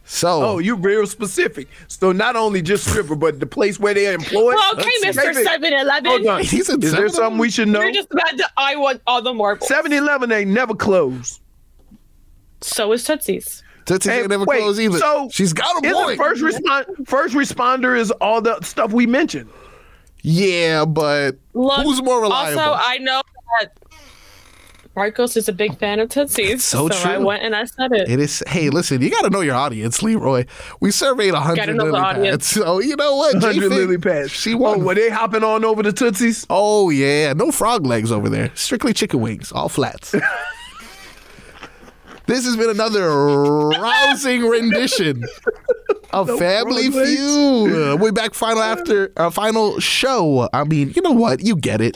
Speaker 2: So,
Speaker 3: Oh, you real specific. So not only just stripper, but the place where they employ.
Speaker 4: Well, okay, Mr.
Speaker 3: Maybe-
Speaker 4: 7
Speaker 3: Hold on.
Speaker 4: Eleven.
Speaker 2: He
Speaker 3: Is
Speaker 2: said
Speaker 3: there
Speaker 2: 7-Eleven?
Speaker 3: something we should know?
Speaker 4: You're just about to.
Speaker 2: e-
Speaker 4: I want all the marbles.
Speaker 3: 7 Eleven ain't never closed.
Speaker 4: So is Tootsies.
Speaker 2: Tootsie
Speaker 3: And
Speaker 2: can't never
Speaker 3: wait,
Speaker 2: close either.
Speaker 3: So
Speaker 2: She's got a
Speaker 3: isn't
Speaker 2: point.
Speaker 3: First respond, first responder is all the stuff we mentioned.
Speaker 2: Yeah, but
Speaker 4: Look,
Speaker 2: who's more reliable?
Speaker 4: Also, I know that Marcos is a big fan of Tootsie's.
Speaker 2: So
Speaker 4: I
Speaker 2: true.
Speaker 4: went and I said it.
Speaker 2: It is. Hey, listen, you got to know your audience, Leroy. We surveyed
Speaker 4: Gotta
Speaker 2: hundred
Speaker 4: know the
Speaker 2: lily pads,
Speaker 4: audience.
Speaker 2: so you know what?
Speaker 3: Hundred
Speaker 2: J-Fig,
Speaker 3: lily pads.
Speaker 2: She won.
Speaker 3: Oh, were they hopping on over to Tootsie's?
Speaker 2: Oh yeah, no frog legs over there. Strictly chicken wings, all flats. this has been another rousing rendition of Family
Speaker 3: frog legs.
Speaker 2: Feud. We're back final after uh, final show. I mean, you know what? You get it.